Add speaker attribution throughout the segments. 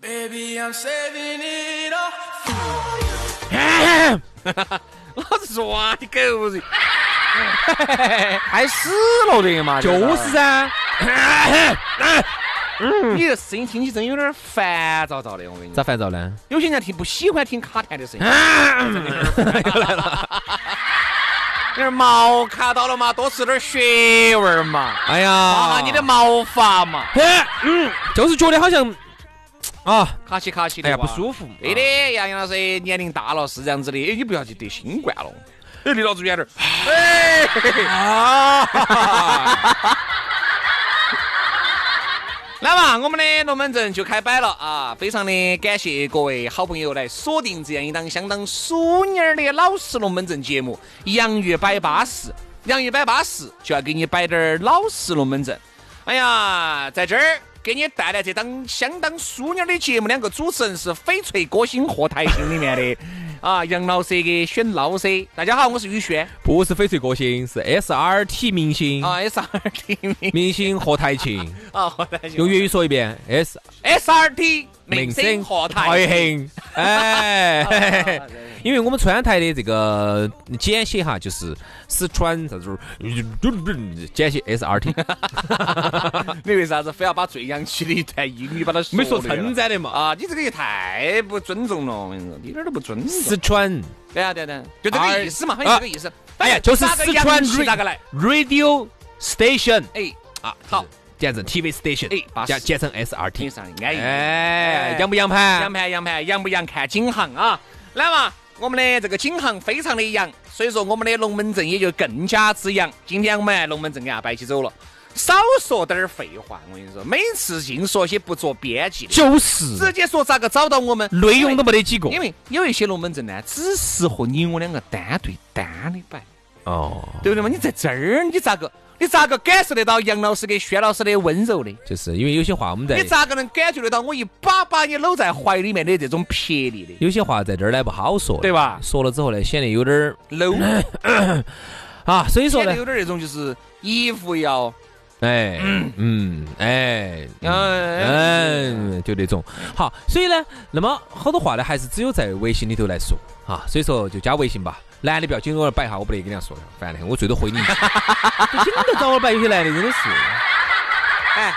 Speaker 1: Baby, I'm saving it all.
Speaker 2: 老子说哇，你狗日！爱死了的嘛！
Speaker 3: 就是噻，
Speaker 2: 你这声音听起真有点烦躁躁的，我跟你
Speaker 3: 咋啊
Speaker 2: 讲。
Speaker 3: 烦躁呢？
Speaker 2: 有些人听不喜欢听卡痰的声音，
Speaker 3: 嗯
Speaker 2: 有点毛卡到了嘛，多吃点学问嘛，
Speaker 3: 哎
Speaker 2: 刮
Speaker 3: 呀，
Speaker 2: 啊下你的毛发嘛，
Speaker 3: 嘿，嗯，就是觉得好像啊，
Speaker 2: 卡起卡起的，
Speaker 3: 哎呀不舒服
Speaker 2: 对的，杨洋老师哎年龄大了是这样子的，哎，你不要去得新冠了，哎，离老子远点儿。哎，来嘛，我们的龙门阵就开摆了啊！非常的感谢各位好朋友来锁定这样一档相当淑女儿的老式龙门阵节目《洋芋摆巴士》。洋芋摆巴士就要给你摆点儿老式龙门阵。哎呀，在这儿给你带来这档相当淑女儿的节目，两个主持人是翡翠歌星和台星里面的啊，杨老师跟选老师。大家好，我是宇轩
Speaker 3: 不是翡翠歌星，是 S R T 明星，
Speaker 2: 啊，S R T 明
Speaker 3: 明星和台 庆，
Speaker 2: 啊，和台星
Speaker 3: 用粤语说一遍，S
Speaker 2: S R T 明星和台啊星。
Speaker 3: 庆， 哎，嘿嘿嘿因为我们川台的这个简写哈，就是四川啥子，简写 S R T，
Speaker 2: 你为啥子非要把最洋气的一段英语把它
Speaker 3: 没说
Speaker 2: 出来了
Speaker 3: 称赞的嘛，
Speaker 2: 啊？你这个也太不尊重了，我跟你说，你一点都不尊
Speaker 3: 四
Speaker 2: 重。
Speaker 3: 川
Speaker 2: 对啊，对啊对啊，就这个意思嘛，
Speaker 3: 啊
Speaker 2: 反正这个意思。
Speaker 3: 哎呀就是
Speaker 2: 哪个
Speaker 3: 四川
Speaker 2: 洋气
Speaker 3: 瑞
Speaker 2: 哪个来？
Speaker 3: Radio Station
Speaker 2: 哎，
Speaker 3: 啊，
Speaker 2: 好，
Speaker 3: 简称 TV Station，
Speaker 2: 哎巴适
Speaker 3: 简简称 S R
Speaker 2: 挺
Speaker 3: T，
Speaker 2: 上的安逸。
Speaker 3: 哎，洋不洋盘？
Speaker 2: 洋盘洋盘，洋不洋看景行啊！来嘛，我们的这个景行非常的洋，所以说我们的龙门阵也就更加之洋。今天我们来龙门阵给大家摆起走了，少说点儿废话，我跟你说，每次净说些不着边际的，
Speaker 3: 就是
Speaker 2: 直接说咋个找到我们，
Speaker 3: 内容都没得几个
Speaker 2: 因为。因为有一些龙门阵呢，只适合你我两个单对单的摆，
Speaker 3: 哦，
Speaker 2: 对不对嘛？你在这儿，你咋个，你咋个感受得到杨老师跟薛老师的温柔呢？
Speaker 3: 就是因为有些话我们在
Speaker 2: 你咋个能感觉得到我一把把你搂在怀里面的这种魄力的
Speaker 3: 有些话在这儿呢不好说，
Speaker 2: 对吧
Speaker 3: 说了之后呢，显得有点儿
Speaker 2: 搂？
Speaker 3: 啊，所以嗯说
Speaker 2: 显得
Speaker 3: 呢，
Speaker 2: 有点那种就是衣服要，
Speaker 3: 哎，嗯，哎，
Speaker 2: 嗯哎
Speaker 3: 嗯，就那种。好，所以呢，那么好多话呢，还是只有在微信里头来说啊，所以说就加微信吧。男的不要紧着我摆一下，我不得跟人家说了，烦的很，我最多回你一句。就紧着找我摆，有些男的真的是，
Speaker 2: 哎，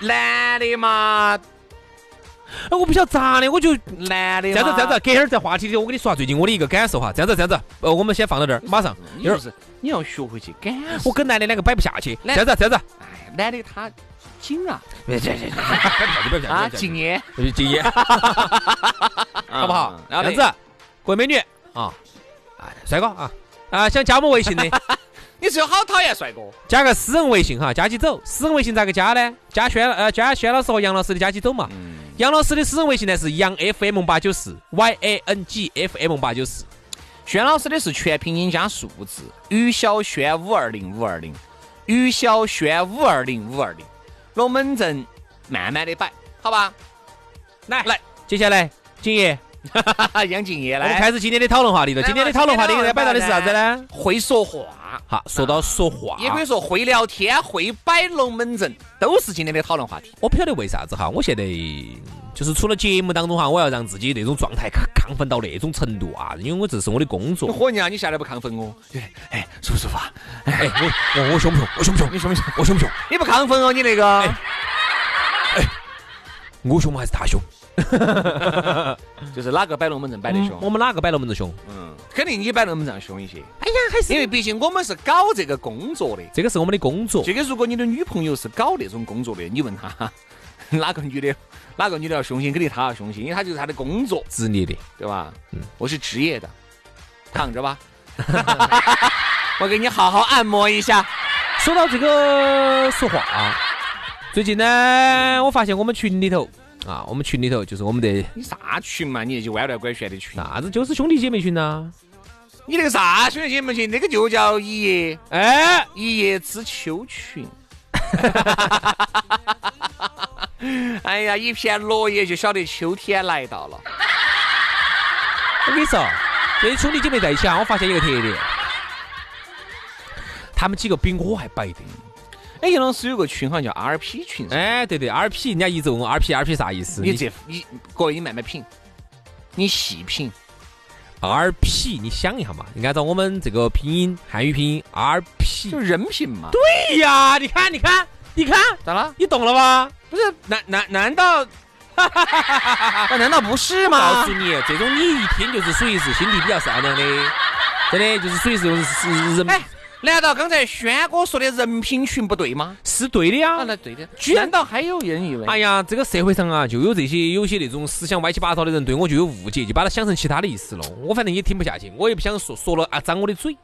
Speaker 2: 男的嘛，
Speaker 3: 哎，我不晓得咋的，我就
Speaker 2: 男的
Speaker 3: 这
Speaker 2: 嘛
Speaker 3: 样子这样子，，隔一会儿在话题里头，我跟你说下最近我的一个感受哈，这样子这样子，呃，我们先放到这儿，马上
Speaker 2: 你
Speaker 3: 一会
Speaker 2: 就
Speaker 3: 儿
Speaker 2: 是你要学会去感受。
Speaker 3: 我跟男的两个摆不下去，这
Speaker 2: 来
Speaker 3: 样子这样子，
Speaker 2: 哎，男的他紧啊
Speaker 3: 摆不下去，摆不下去，
Speaker 2: 啊，
Speaker 3: 摆不下去
Speaker 2: 敬业，
Speaker 3: 呃禁烟，好
Speaker 2: 好
Speaker 3: 不好？嗯这样
Speaker 2: 然后嘞
Speaker 3: 子，各位美女啊，啊，帅哥啊啊，想加我们微信的，
Speaker 2: 你是有好讨厌帅哥，
Speaker 3: 加个私人微信哈，加起走。私人微信咋个加呢？加轩呃，加轩老师和杨老师的加起走嘛。杨老师的私人微信呢是杨 FM 八九四 Y A N G F M 八九四。
Speaker 2: 轩老师的是全拼音加数字，于小轩五二零五二零，于小轩五二零五二零，龙门阵慢慢的摆，好吧？
Speaker 3: 来
Speaker 2: 来，
Speaker 3: 接下来景爷，
Speaker 2: 哈哈，杨敬业
Speaker 3: 我们
Speaker 2: 来，
Speaker 3: 开始今天的讨论话题了。
Speaker 2: 来嘛
Speaker 3: 今天的讨论话题
Speaker 2: 今天
Speaker 3: 要
Speaker 2: 的
Speaker 3: 摆到的是啥子呢？
Speaker 2: 会说话。
Speaker 3: 好，说到说话，
Speaker 2: 也可以说会聊天、会摆龙门阵，都是今天的讨论话题。
Speaker 3: 我不晓得为啥子哈，我现在就是除了节目当中哈，我要让自己那种状态亢亢奋到那种程度啊，因为我这是我的工作。
Speaker 2: 伙计啊，你下来不亢奋哦？哎哎，舒不舒服啊？
Speaker 3: 哎，我我我凶不凶？我凶不凶？你凶不凶？我凶不凶？
Speaker 2: 你不亢奋哦？你那个，
Speaker 3: 我凶吗？还是他凶？
Speaker 2: 就是哪个摆龙门阵摆得
Speaker 3: 我们哪个摆龙门阵凶？
Speaker 2: 嗯，肯定你摆那么样凶一些，
Speaker 3: 哎呀，还
Speaker 2: 因为毕竟我们是搞这个工作的。
Speaker 3: 这个是我们的工作
Speaker 2: 这，个如果你的女朋友是搞那种工作的，你问她 哪个女的，哪个女的要凶心，肯定她要凶心，因为她就是她的工作，
Speaker 3: 职业的。
Speaker 2: 对吧？我是职业的，躺着吧， 我给你好好按摩一下。
Speaker 3: 说到这个说话、啊，最近呢，我发现我们群里头啊，我们群里头就是我们的
Speaker 2: 你啥群嘛？你那些弯弯拐旋的群，
Speaker 3: 啥子，就是兄弟姐妹群呐、
Speaker 2: 你那个啥兄弟姐妹群，那个就叫一叶
Speaker 3: 哎，
Speaker 2: 一叶知秋群。哎呀，一片落叶就晓得秋天来到了。
Speaker 3: 我跟你说，这些兄弟姐妹在一起啊，我发现一个特点，他们几个比我还白的。
Speaker 2: 哎，杨老师有个群好像叫 RP 群，哎，
Speaker 3: 哎，对对，RP，人家一直问我 RP，RP 啥意思？
Speaker 2: 你这你各位你慢慢品，你细品。
Speaker 3: RP，你想一下嘛，你按照我们这个拼音汉语拼音 RP。
Speaker 2: 就人品嘛。
Speaker 3: 对呀，你看，你看，你看，
Speaker 2: 咋了？
Speaker 3: 你懂了吧？
Speaker 2: 不是，难难难 道？难道不是
Speaker 3: 告
Speaker 2: 吗
Speaker 3: 诉？你，这种你一听就是属于是心地比较善良的，真的就是属于是是人
Speaker 2: 哎，难道刚才轩哥说的人品群不对吗？
Speaker 3: 是对的呀
Speaker 2: 啊，。那对的。
Speaker 3: 居然
Speaker 2: 难道还有人以为？
Speaker 3: 哎呀，这个社会上啊，就有这些有些那种思想歪七八糟的人，对我就有误解，就把他想成其他的意思了。我反正也听不下去，我也不想说说了啊，长我的嘴。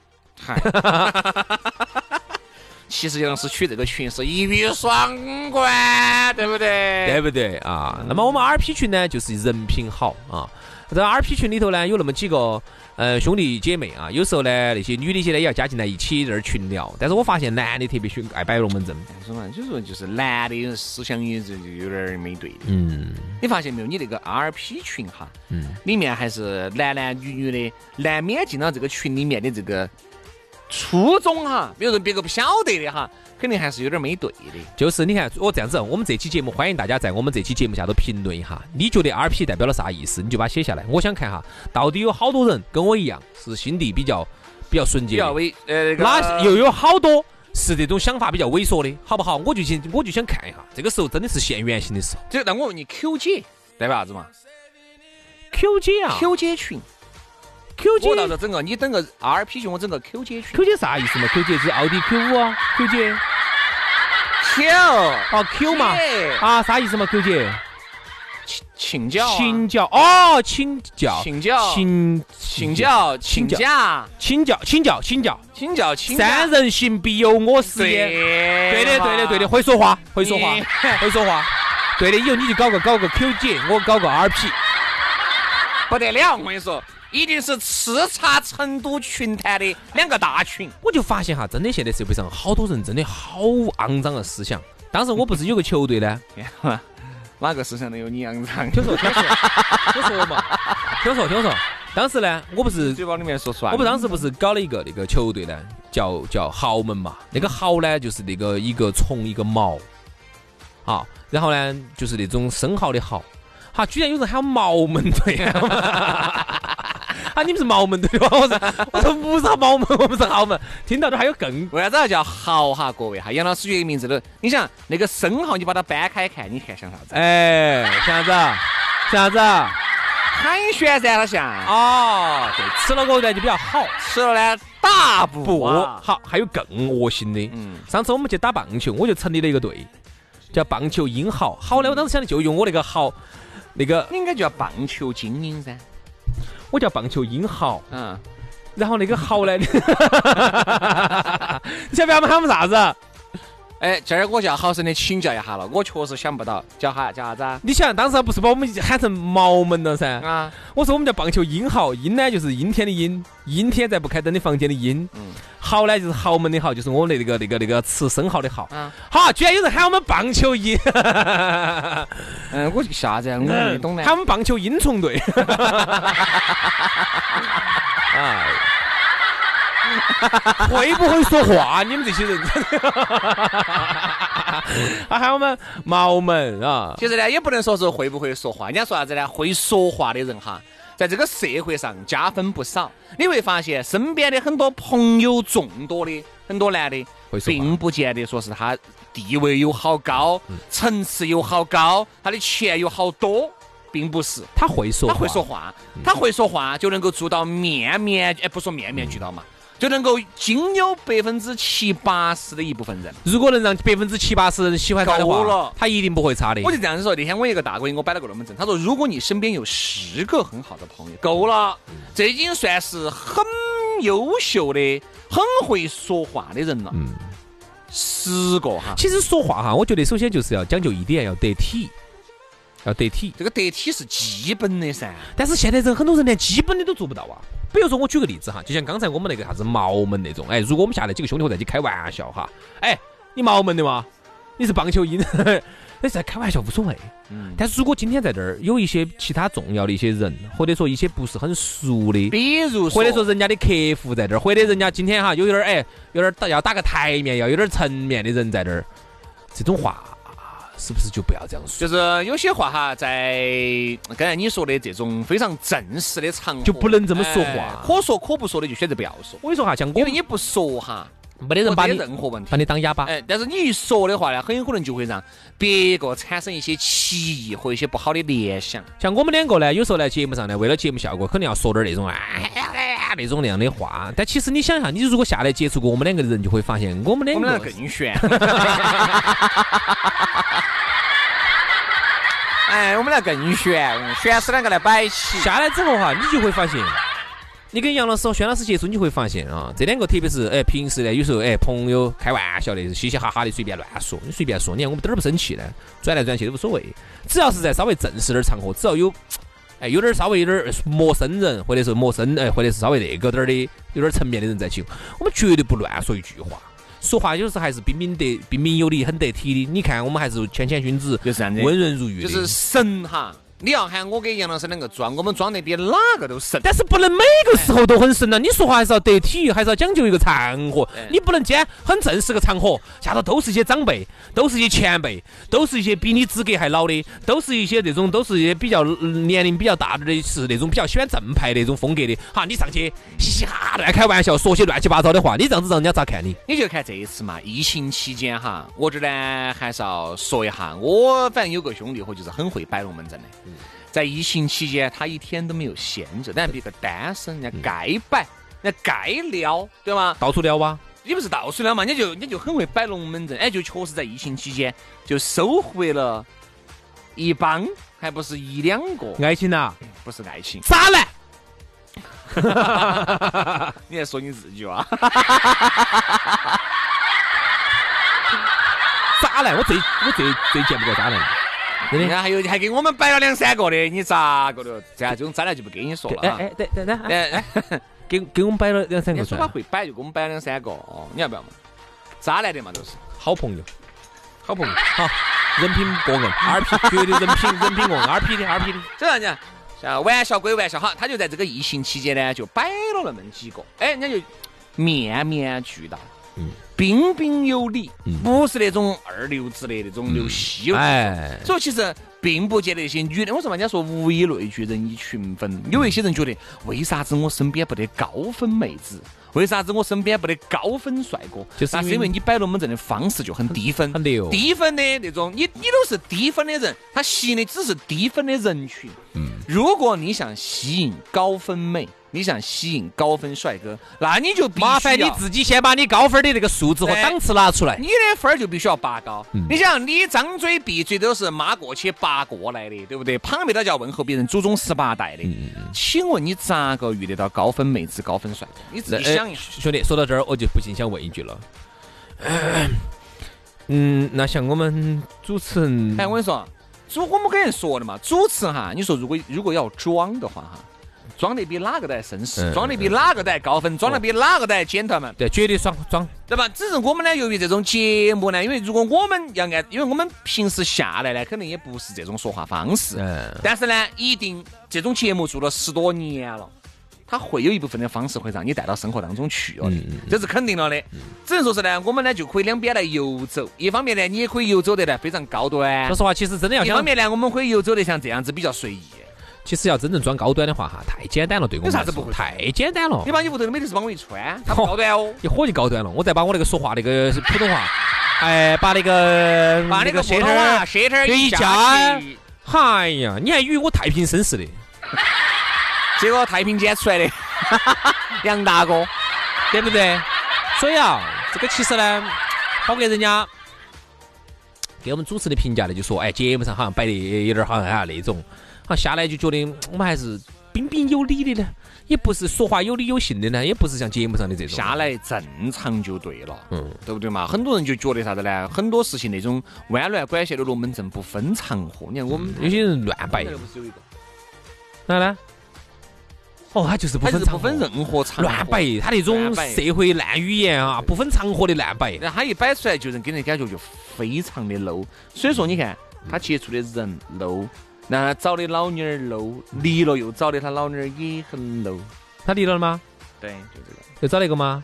Speaker 2: 嗨，其实杨老师取这个群是一语双关，对不对？
Speaker 3: 对不对啊？那么我们 RP 群呢，就是人品好啊。在 RP 群里头呢，有那么几个呃兄弟姐妹啊，有时候呢那些女的一些呢也要加进来一起在这儿群聊。但是我发现男的特别喜欢爱摆龙门阵，
Speaker 2: 说嘛，就说就是男的有思想也就就有点儿没对的。
Speaker 3: 嗯，
Speaker 2: 你发现没有？你那个 RP 群哈，
Speaker 3: 嗯
Speaker 2: 里面还是男男女女的，难免进到这个群里面的这个初衷哈，比如说别个不晓得的哈，肯定还是有点没对的。
Speaker 3: 就是你看我这样子，我们这期节目欢迎大家在我们这期节目下头评论一下，你觉得 RP 代表了啥意思？你就把它写下来，我想看哈，到底有好多人跟我一样是心地比较比较纯洁
Speaker 2: 比
Speaker 3: 的
Speaker 2: 较，为呃那个
Speaker 3: 那又有好多是这种想法比较猥琐的，好不好？我就想我就想看一下，这个时候真的是现原形的时候。
Speaker 2: 这那我问你，Q 姐代表啥子嘛
Speaker 3: Q 姐啊
Speaker 2: ？Q 姐群，
Speaker 3: ，Q 姐
Speaker 2: 我到时候整个你整个 RP 群，我整个 Q 姐群。
Speaker 3: ，Q 姐啥意思嘛？Q 姐是奥迪 Q 五啊，Q 姐
Speaker 2: Q
Speaker 3: 哦 Q 嘛
Speaker 2: 姐
Speaker 3: 啊啥意思嘛？Q 姐
Speaker 2: 请教啊
Speaker 3: 请教哦，请教
Speaker 2: 请教
Speaker 3: 请
Speaker 2: 请教请
Speaker 3: 教
Speaker 2: 假
Speaker 3: 请教请教请教，
Speaker 2: 请教请假
Speaker 3: 三人行必有我师焉。
Speaker 2: 对
Speaker 3: 对的
Speaker 2: 嘛
Speaker 3: 对的对的，会说话会说话
Speaker 2: 你
Speaker 3: 会说话。对的，以后你就搞个搞个 Q 姐，我搞个 RP。
Speaker 2: 不得了，我跟你说，一定是叱咤成都群坛的两个大群。
Speaker 3: 我就发现哈，真的现在社会上好多人真的好肮脏的思想。当时我不是有个球队呢，
Speaker 2: 哪个世上能有你肮脏？
Speaker 3: 听说听说听说嘛，听说听说。当时呢，我不是
Speaker 2: 嘴巴里面说出来。
Speaker 3: 我们当时不是搞了一个那个球队呢，叫叫豪门嘛。那个豪呢，就是那个一个虫一个毛，啊，然后呢就是那种生蚝的蚝，哈、居然有人喊毛门队啊！ 啊，你们是毛门队吧？我说我说不是毛门，我们是豪门。听到这还有更
Speaker 2: 为啥子要叫豪哈？各位哈，杨老师这个名字都，你想那个生蚝，你把它掰开看，你看像啥子？
Speaker 3: 哎，啥子啊？啥子啊？
Speaker 2: 很旋噻，它像。
Speaker 3: 哦，对，吃了过后呢就比较好。
Speaker 2: 吃了呢，大
Speaker 3: 不
Speaker 2: 补
Speaker 3: 恶
Speaker 2: 啊。
Speaker 3: 好，还有更恶心的。
Speaker 2: 嗯
Speaker 3: 上次我们去打棒球，我就成立了一个队，叫棒球英豪。好呢，我当时想的就用我那个豪，那个
Speaker 2: 你应该叫棒球精英噻。
Speaker 3: 我叫棒球英豪，
Speaker 2: 嗯，
Speaker 3: 然后那个豪 呢，你 晓得他们喊我们啥子？啊
Speaker 2: 哎，今儿我叫好生的请教一下了，我确实想不到叫哈叫啥子啊？
Speaker 3: 你想当时不是把我们喊成毛门了噻？
Speaker 2: 啊，
Speaker 3: 我说我们叫棒球英豪，英呢就是阴天的阴，阴天在不开灯的房间的阴。
Speaker 2: 嗯
Speaker 3: 豪呢就是豪门的豪，就是我们那个那个那个吃生蚝的蚝。
Speaker 2: 啊，
Speaker 3: 好，居然有人喊我们棒球英，
Speaker 2: 嗯，我这个啥子啊？我没懂呢。
Speaker 3: 喊我们棒球英虫队。哎， 会不会说话？你们这些人， 啊，喊我们毛门啊，
Speaker 2: 其实呢，也不能说是会不会说话，人家说啥子呢？会说话的人哈，在这个社会上加分不少。你会发现身边的很多朋友众多的很多男的
Speaker 3: 会，说话
Speaker 2: 并不见得说是他
Speaker 3: 嗯
Speaker 2: 地位有好高，层次有好高，他的钱有好多，并不是，
Speaker 3: 他会说，嗯
Speaker 2: 他会说，话，他会说话就能够做到面面，哎，不说面面俱到嘛，
Speaker 3: 嗯
Speaker 2: 就能够仅有百分之七八十的一部分人。
Speaker 3: 如果能让百分之七八十人喜欢他的
Speaker 2: 够
Speaker 3: 话
Speaker 2: 了，
Speaker 3: 他一定不会差的。
Speaker 2: 我就这样子说，那天我一个大哥给我摆了个龙门阵，他说如果你身边有十个很好的朋友，够了，
Speaker 3: 嗯
Speaker 2: 这已经算是很优秀的、很会说话的人了。嗯，十个哈，
Speaker 3: 其实说话哈，我觉得首先就是要讲究一点，要得体，要得体。
Speaker 2: 这个得体是基本的噻。
Speaker 3: 但是现在人很多人连基本的都做不到啊。比如说我举个例子哈，就像刚才我们那个啥子毛门那种，哎，如果我们下来几个兄弟伙在一起开玩笑哈，哎，你毛门的吗？你是棒球鹰， 那在开玩笑无所谓。
Speaker 2: 嗯，
Speaker 3: 但是如果今天在这儿有一些其他重要的一些人，或者说一些不是很熟的，
Speaker 2: 比如
Speaker 3: 或
Speaker 2: 说，
Speaker 3: 者说人家的客户在这儿，或者人家今天哈有点儿哎，有点儿打要打个台面，要有点儿层面的人在这儿，这种话是不是就不要这样说？
Speaker 2: 就是有些话哈，在刚才你说的这种非常正式的场合，
Speaker 3: 就不能这么说话
Speaker 2: 哎可说可不说的就选择不要说，
Speaker 3: 我跟你说哈，像我
Speaker 2: 因为
Speaker 3: 们
Speaker 2: 你不说哈，
Speaker 3: 没得人把
Speaker 2: 没
Speaker 3: 你
Speaker 2: 得任何问题
Speaker 3: 把。你当哑巴，
Speaker 2: 哎，但是你一说的话呢，很有可能就会让别个产生一些歧义或一些不好的联想。
Speaker 3: 像我们两个呢，有时候呢，节目上呢，为了节目效果，肯定要说点儿那种哎呀哎呀那种那样的话。但其实你想一下，你如果下来接触过我们两个的人，就会发现我们
Speaker 2: 我
Speaker 3: 两
Speaker 2: 们俩
Speaker 3: 个
Speaker 2: 更 悬。哎，我们俩更悬，悬死两个来摆起。
Speaker 3: 下来之后哈，你就会发现，你跟杨老师和轩老师接触，你就会发现啊，这两个特别是哎平时呢，有时候哎朋友开玩笑的，嘻嘻哈哈的随便乱说，你随便说，你看我们点儿不生气的，转来转去都无所谓。只要是在稍微正式点儿场合，只要有。哎，有点儿稍微有点儿陌生人，或者是陌生哎，或者是稍微那个点儿的，有点儿层面的人在一起，我们绝对不乱说一句话。说话有时候还是彬彬得彬彬有礼，很得体的。你看，我们还是谦谦君子，
Speaker 2: 就是这样子
Speaker 3: 温润如玉
Speaker 2: 就
Speaker 3: 的。
Speaker 2: 是神哈，你要喊我跟杨老师两个装，我们装得比哪个都神。
Speaker 3: 但是不能每个时候都很神呐、啊你说话还是要得体，还是要讲究一个场合
Speaker 2: 哎。
Speaker 3: 你不能今天很正式个场合，下头都是一些长辈，都是一些前辈，都是一些比你资格还老的，都是一些这种，都是一些比较呃年龄比较大的，是那种比较喜欢正派那种风格的。哈，你上去嘻嘻哈哈乱开玩笑，说些乱七八糟的话，你这样子让人家咋看你？
Speaker 2: 你就看这一次嘛，疫情期间哈，我这儿呢还是要说一下，我反正有个兄弟伙就是很会摆龙门阵的，
Speaker 3: 嗯
Speaker 2: 在疫情期间他一天都没有闲着，但别个单
Speaker 3: 嗯
Speaker 2: 身，人家该摆，人家该撩，对吗？
Speaker 3: 到处撩啊！
Speaker 2: 你不是到处撩嘛，人家就人家就很会摆龙门阵，哎，就确实在疫情期间就收获了一帮，还不是一两个，
Speaker 3: 爱情呐、
Speaker 2: 不是爱情。
Speaker 3: 渣男。
Speaker 2: 你在说你自己啊
Speaker 3: 嗯
Speaker 2: 哇？
Speaker 3: 渣男，我最我最最见不得渣男，真
Speaker 2: 人
Speaker 3: 的。
Speaker 2: 家还有还给我们摆了两三个的，你咋个的？这样这种渣男就不跟你说了
Speaker 3: 哎
Speaker 2: 啊。
Speaker 3: 哎，等等等，
Speaker 2: 哎哎，
Speaker 3: 给给我们摆了两三
Speaker 2: 人
Speaker 3: 个出
Speaker 2: 家说
Speaker 3: 来
Speaker 2: 他，会摆就给我们摆两三个哦，你要不要嘛？渣男的嘛都是，
Speaker 3: 好朋友。好朋友，好，人品过 硬，R P 绝对人品人品过硬，R P 的 R P 的，
Speaker 2: 这样讲，像玩笑归玩笑哈，他就在这个疫情期间呢，就摆了那么几个，哎，人家就面面俱到，
Speaker 3: 嗯
Speaker 2: 彬彬有礼，
Speaker 3: 嗯
Speaker 2: 不是那种二流子的那种流稀了。
Speaker 3: 哎，
Speaker 2: 所以其实并不见得一些女的，我说嘛，人家说物以类聚，人以群分。有一些人觉得，为啥子我身边不得高分妹子？为啥子我身边不得高分帅哥？
Speaker 3: 就是
Speaker 2: 那是
Speaker 3: 因
Speaker 2: 因
Speaker 3: 为
Speaker 2: 为你摆龙门阵的方式就很低分，
Speaker 3: 很溜
Speaker 2: 低分的那种，你你都是低分的人，他吸引的只是低分的人群。嗯，如果你想吸引高分妹，你想吸引高分帅哥，那你就必须
Speaker 3: 麻烦你
Speaker 2: 要
Speaker 3: 自己先把你高分的那个数字和
Speaker 2: 哎
Speaker 3: 档次拿出来
Speaker 2: 你。的分儿就必须要拔高。
Speaker 3: 嗯
Speaker 2: 你想，你张嘴闭嘴都是妈过去拔过来的，对不对？旁边都叫问候别人祖宗十八代的。
Speaker 3: 嗯
Speaker 2: 请问你咋个遇得到高分妹子、高分帅哥？你自
Speaker 3: 呃
Speaker 2: 己想一下。
Speaker 3: 兄弟，说到这儿，我就不禁想问一句了， 嗯，那像我们主持人
Speaker 2: 哎，我跟你说，主我们跟人说的嘛，主持哈，你说如果如果要装的话哈，装得比哪个都还绅士，
Speaker 3: 嗯
Speaker 2: 装得比哪个都还高分，装得比哪个都还 gentleman。
Speaker 3: 对，绝对爽装，
Speaker 2: 对吧？只是我们呢，由于这种节目呢，因为如果我们要按，因为我们平时下来呢，肯定也不是这种说话方式。
Speaker 3: 嗯
Speaker 2: 但是呢，一定这种节目做了十多年了，它会有一部分的方式会让你带到生活当中去
Speaker 3: 嗯
Speaker 2: 了的，这是肯定了的。只能说是呢，我们呢就可以两边来游走，一方面呢，你也可以游走得呢非常高端
Speaker 3: 说，实话，嗯其实真的要
Speaker 2: 一方
Speaker 3: 想，
Speaker 2: 面呢，我们可以游走得像这样子比较随意。
Speaker 3: 其实要真正装高端的话哈，太简单了，对我们
Speaker 2: 有啥
Speaker 3: 来
Speaker 2: 子
Speaker 3: 说
Speaker 2: 不会
Speaker 3: 太简单了
Speaker 2: 你。把你屋头的美特斯邦我一穿，它不高端哦。
Speaker 3: 一火就高端了，我再把我那个说话那个普通话，哎，把那个
Speaker 2: 把
Speaker 3: 嗯那
Speaker 2: 那
Speaker 3: 个
Speaker 2: 个
Speaker 3: 舌
Speaker 2: 普
Speaker 3: 头
Speaker 2: 通
Speaker 3: 儿
Speaker 2: 话舌头儿
Speaker 3: 这一
Speaker 2: 夹
Speaker 3: 夹
Speaker 2: 起，
Speaker 3: 嗨哎呀，你还以为我太平绅士的？
Speaker 2: 结果太平间出来的 杨大哥，
Speaker 3: 对不对？所以啊，这个其实呢，包括人家给我们主持的评价呢，就说，哎，节目上好像摆的有点好像啊那种，好下来就觉得嗯我们还是彬彬有礼的呢，也不是说话有理有信的呢，也不是像节目上的这种。
Speaker 2: 下来正常就对了，
Speaker 3: 嗯
Speaker 2: 嗯，对不对嘛？很多人就觉得啥子呢？很多事情那种弯乱管线的龙门阵不分场合。你看我们
Speaker 3: 有些人乱摆，
Speaker 2: 不是有一个，
Speaker 3: 哪呢？哦，他就是不
Speaker 2: 他
Speaker 3: 分
Speaker 2: 就是
Speaker 3: 场
Speaker 2: 不
Speaker 3: 合
Speaker 2: 分任何场合
Speaker 3: 乱摆，他那种
Speaker 2: 乱摆
Speaker 3: 社会烂语言啊，不分场合的乱摆。
Speaker 2: 然后他一摆出来，就人给人感觉就非常的 low。所以说，你看他接触的人 low，然后他找的老妞儿 low，离了又找的他老妞儿也很 low。
Speaker 3: 他离了了吗？
Speaker 2: 对，就这个。
Speaker 3: 又找那个吗？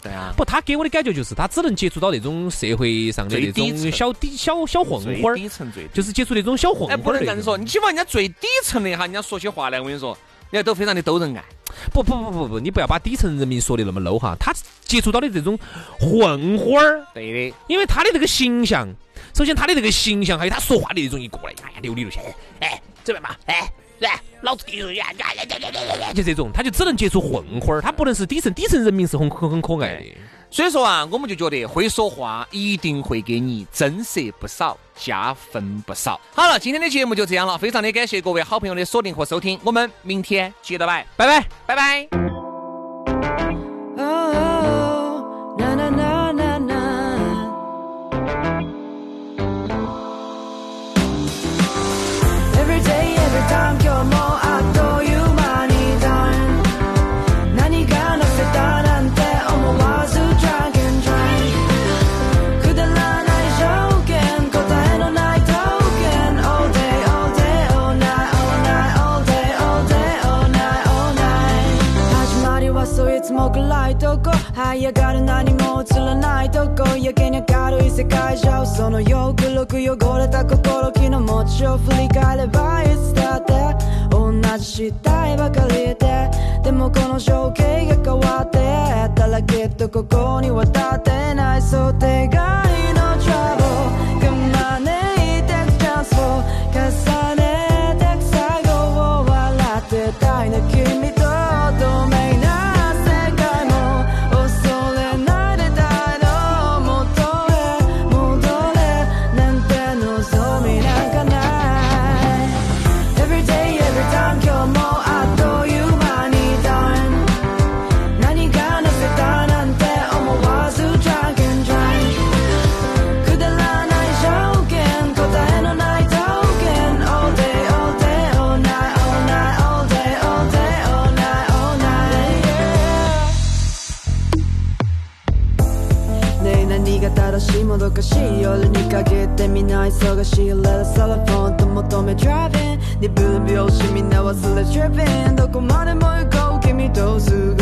Speaker 2: 对啊，
Speaker 3: 不，他给我的感觉就是他只能接触到那种社会上的那
Speaker 2: 最低
Speaker 3: 种
Speaker 2: 层
Speaker 3: 小底小小混
Speaker 2: 最
Speaker 3: 混儿，
Speaker 2: 底层最低。
Speaker 3: 就是接触那种小混
Speaker 2: 哎，不
Speaker 3: 混儿
Speaker 2: 能
Speaker 3: 那
Speaker 2: 这样
Speaker 3: 种。
Speaker 2: 说，你起码人家最底层的哈，人家说起话来，我跟你说，人家都非常的逗人爱。
Speaker 3: 不不不不不，你不要把底层人民说的那么 low 哈，他接触到的这种混混儿，
Speaker 2: 对的，
Speaker 3: 因为他的这个形象，首先他的这个形象，还哎有他说话的那种一过来，哎呀流里流气，哎哎这边嘛，哎来老子给你说，哎哎哎哎哎哎就这种，他就只能接触混混儿，他不能是底层，底层人民是很很很可爱的。
Speaker 2: 所以说啊，我们就觉得会说话一定会给你增色不少，加分不少。好了，今天的节目就这样了，非常的感谢各位好朋友的锁定和收听，我们明天接着拜，
Speaker 3: 拜拜。
Speaker 2: 拜拜。
Speaker 4: Oh, na na na na na. Every day, every time, 今日もあっという間にだ何がなせたなんて思わず drag and drag くだらない条件答えのない条件 All day, all day, all night, all night, all day, all day, all night, all night 始まりはそういつも暗いとこ這い上がる何も映らないとこやけに明るい世界じゃそのよくろく汚れた心気の持ちを振り返ればいつだって同じ失態ばかりででもこの情景が変わってたらきっとここには立てない想定外のトラブル招いてくチャンスを重ねてく最後を笑ってたいな君と透明な世界も恐れないでたいの戻れ戻れなんて望みなんかない Every day, every time 今日もあっという間に done 何がなせたなんて思わず drunk and drunk くだらない条件答えのない条件 All day all day all night all night all day all day all night all night yeah ねえ何が正しいもどかしい夜にかけてみんな忙しい Let us all have fun と求め Driving 鈍秒しみんな忘れ Tripping どこまでも行こう君と過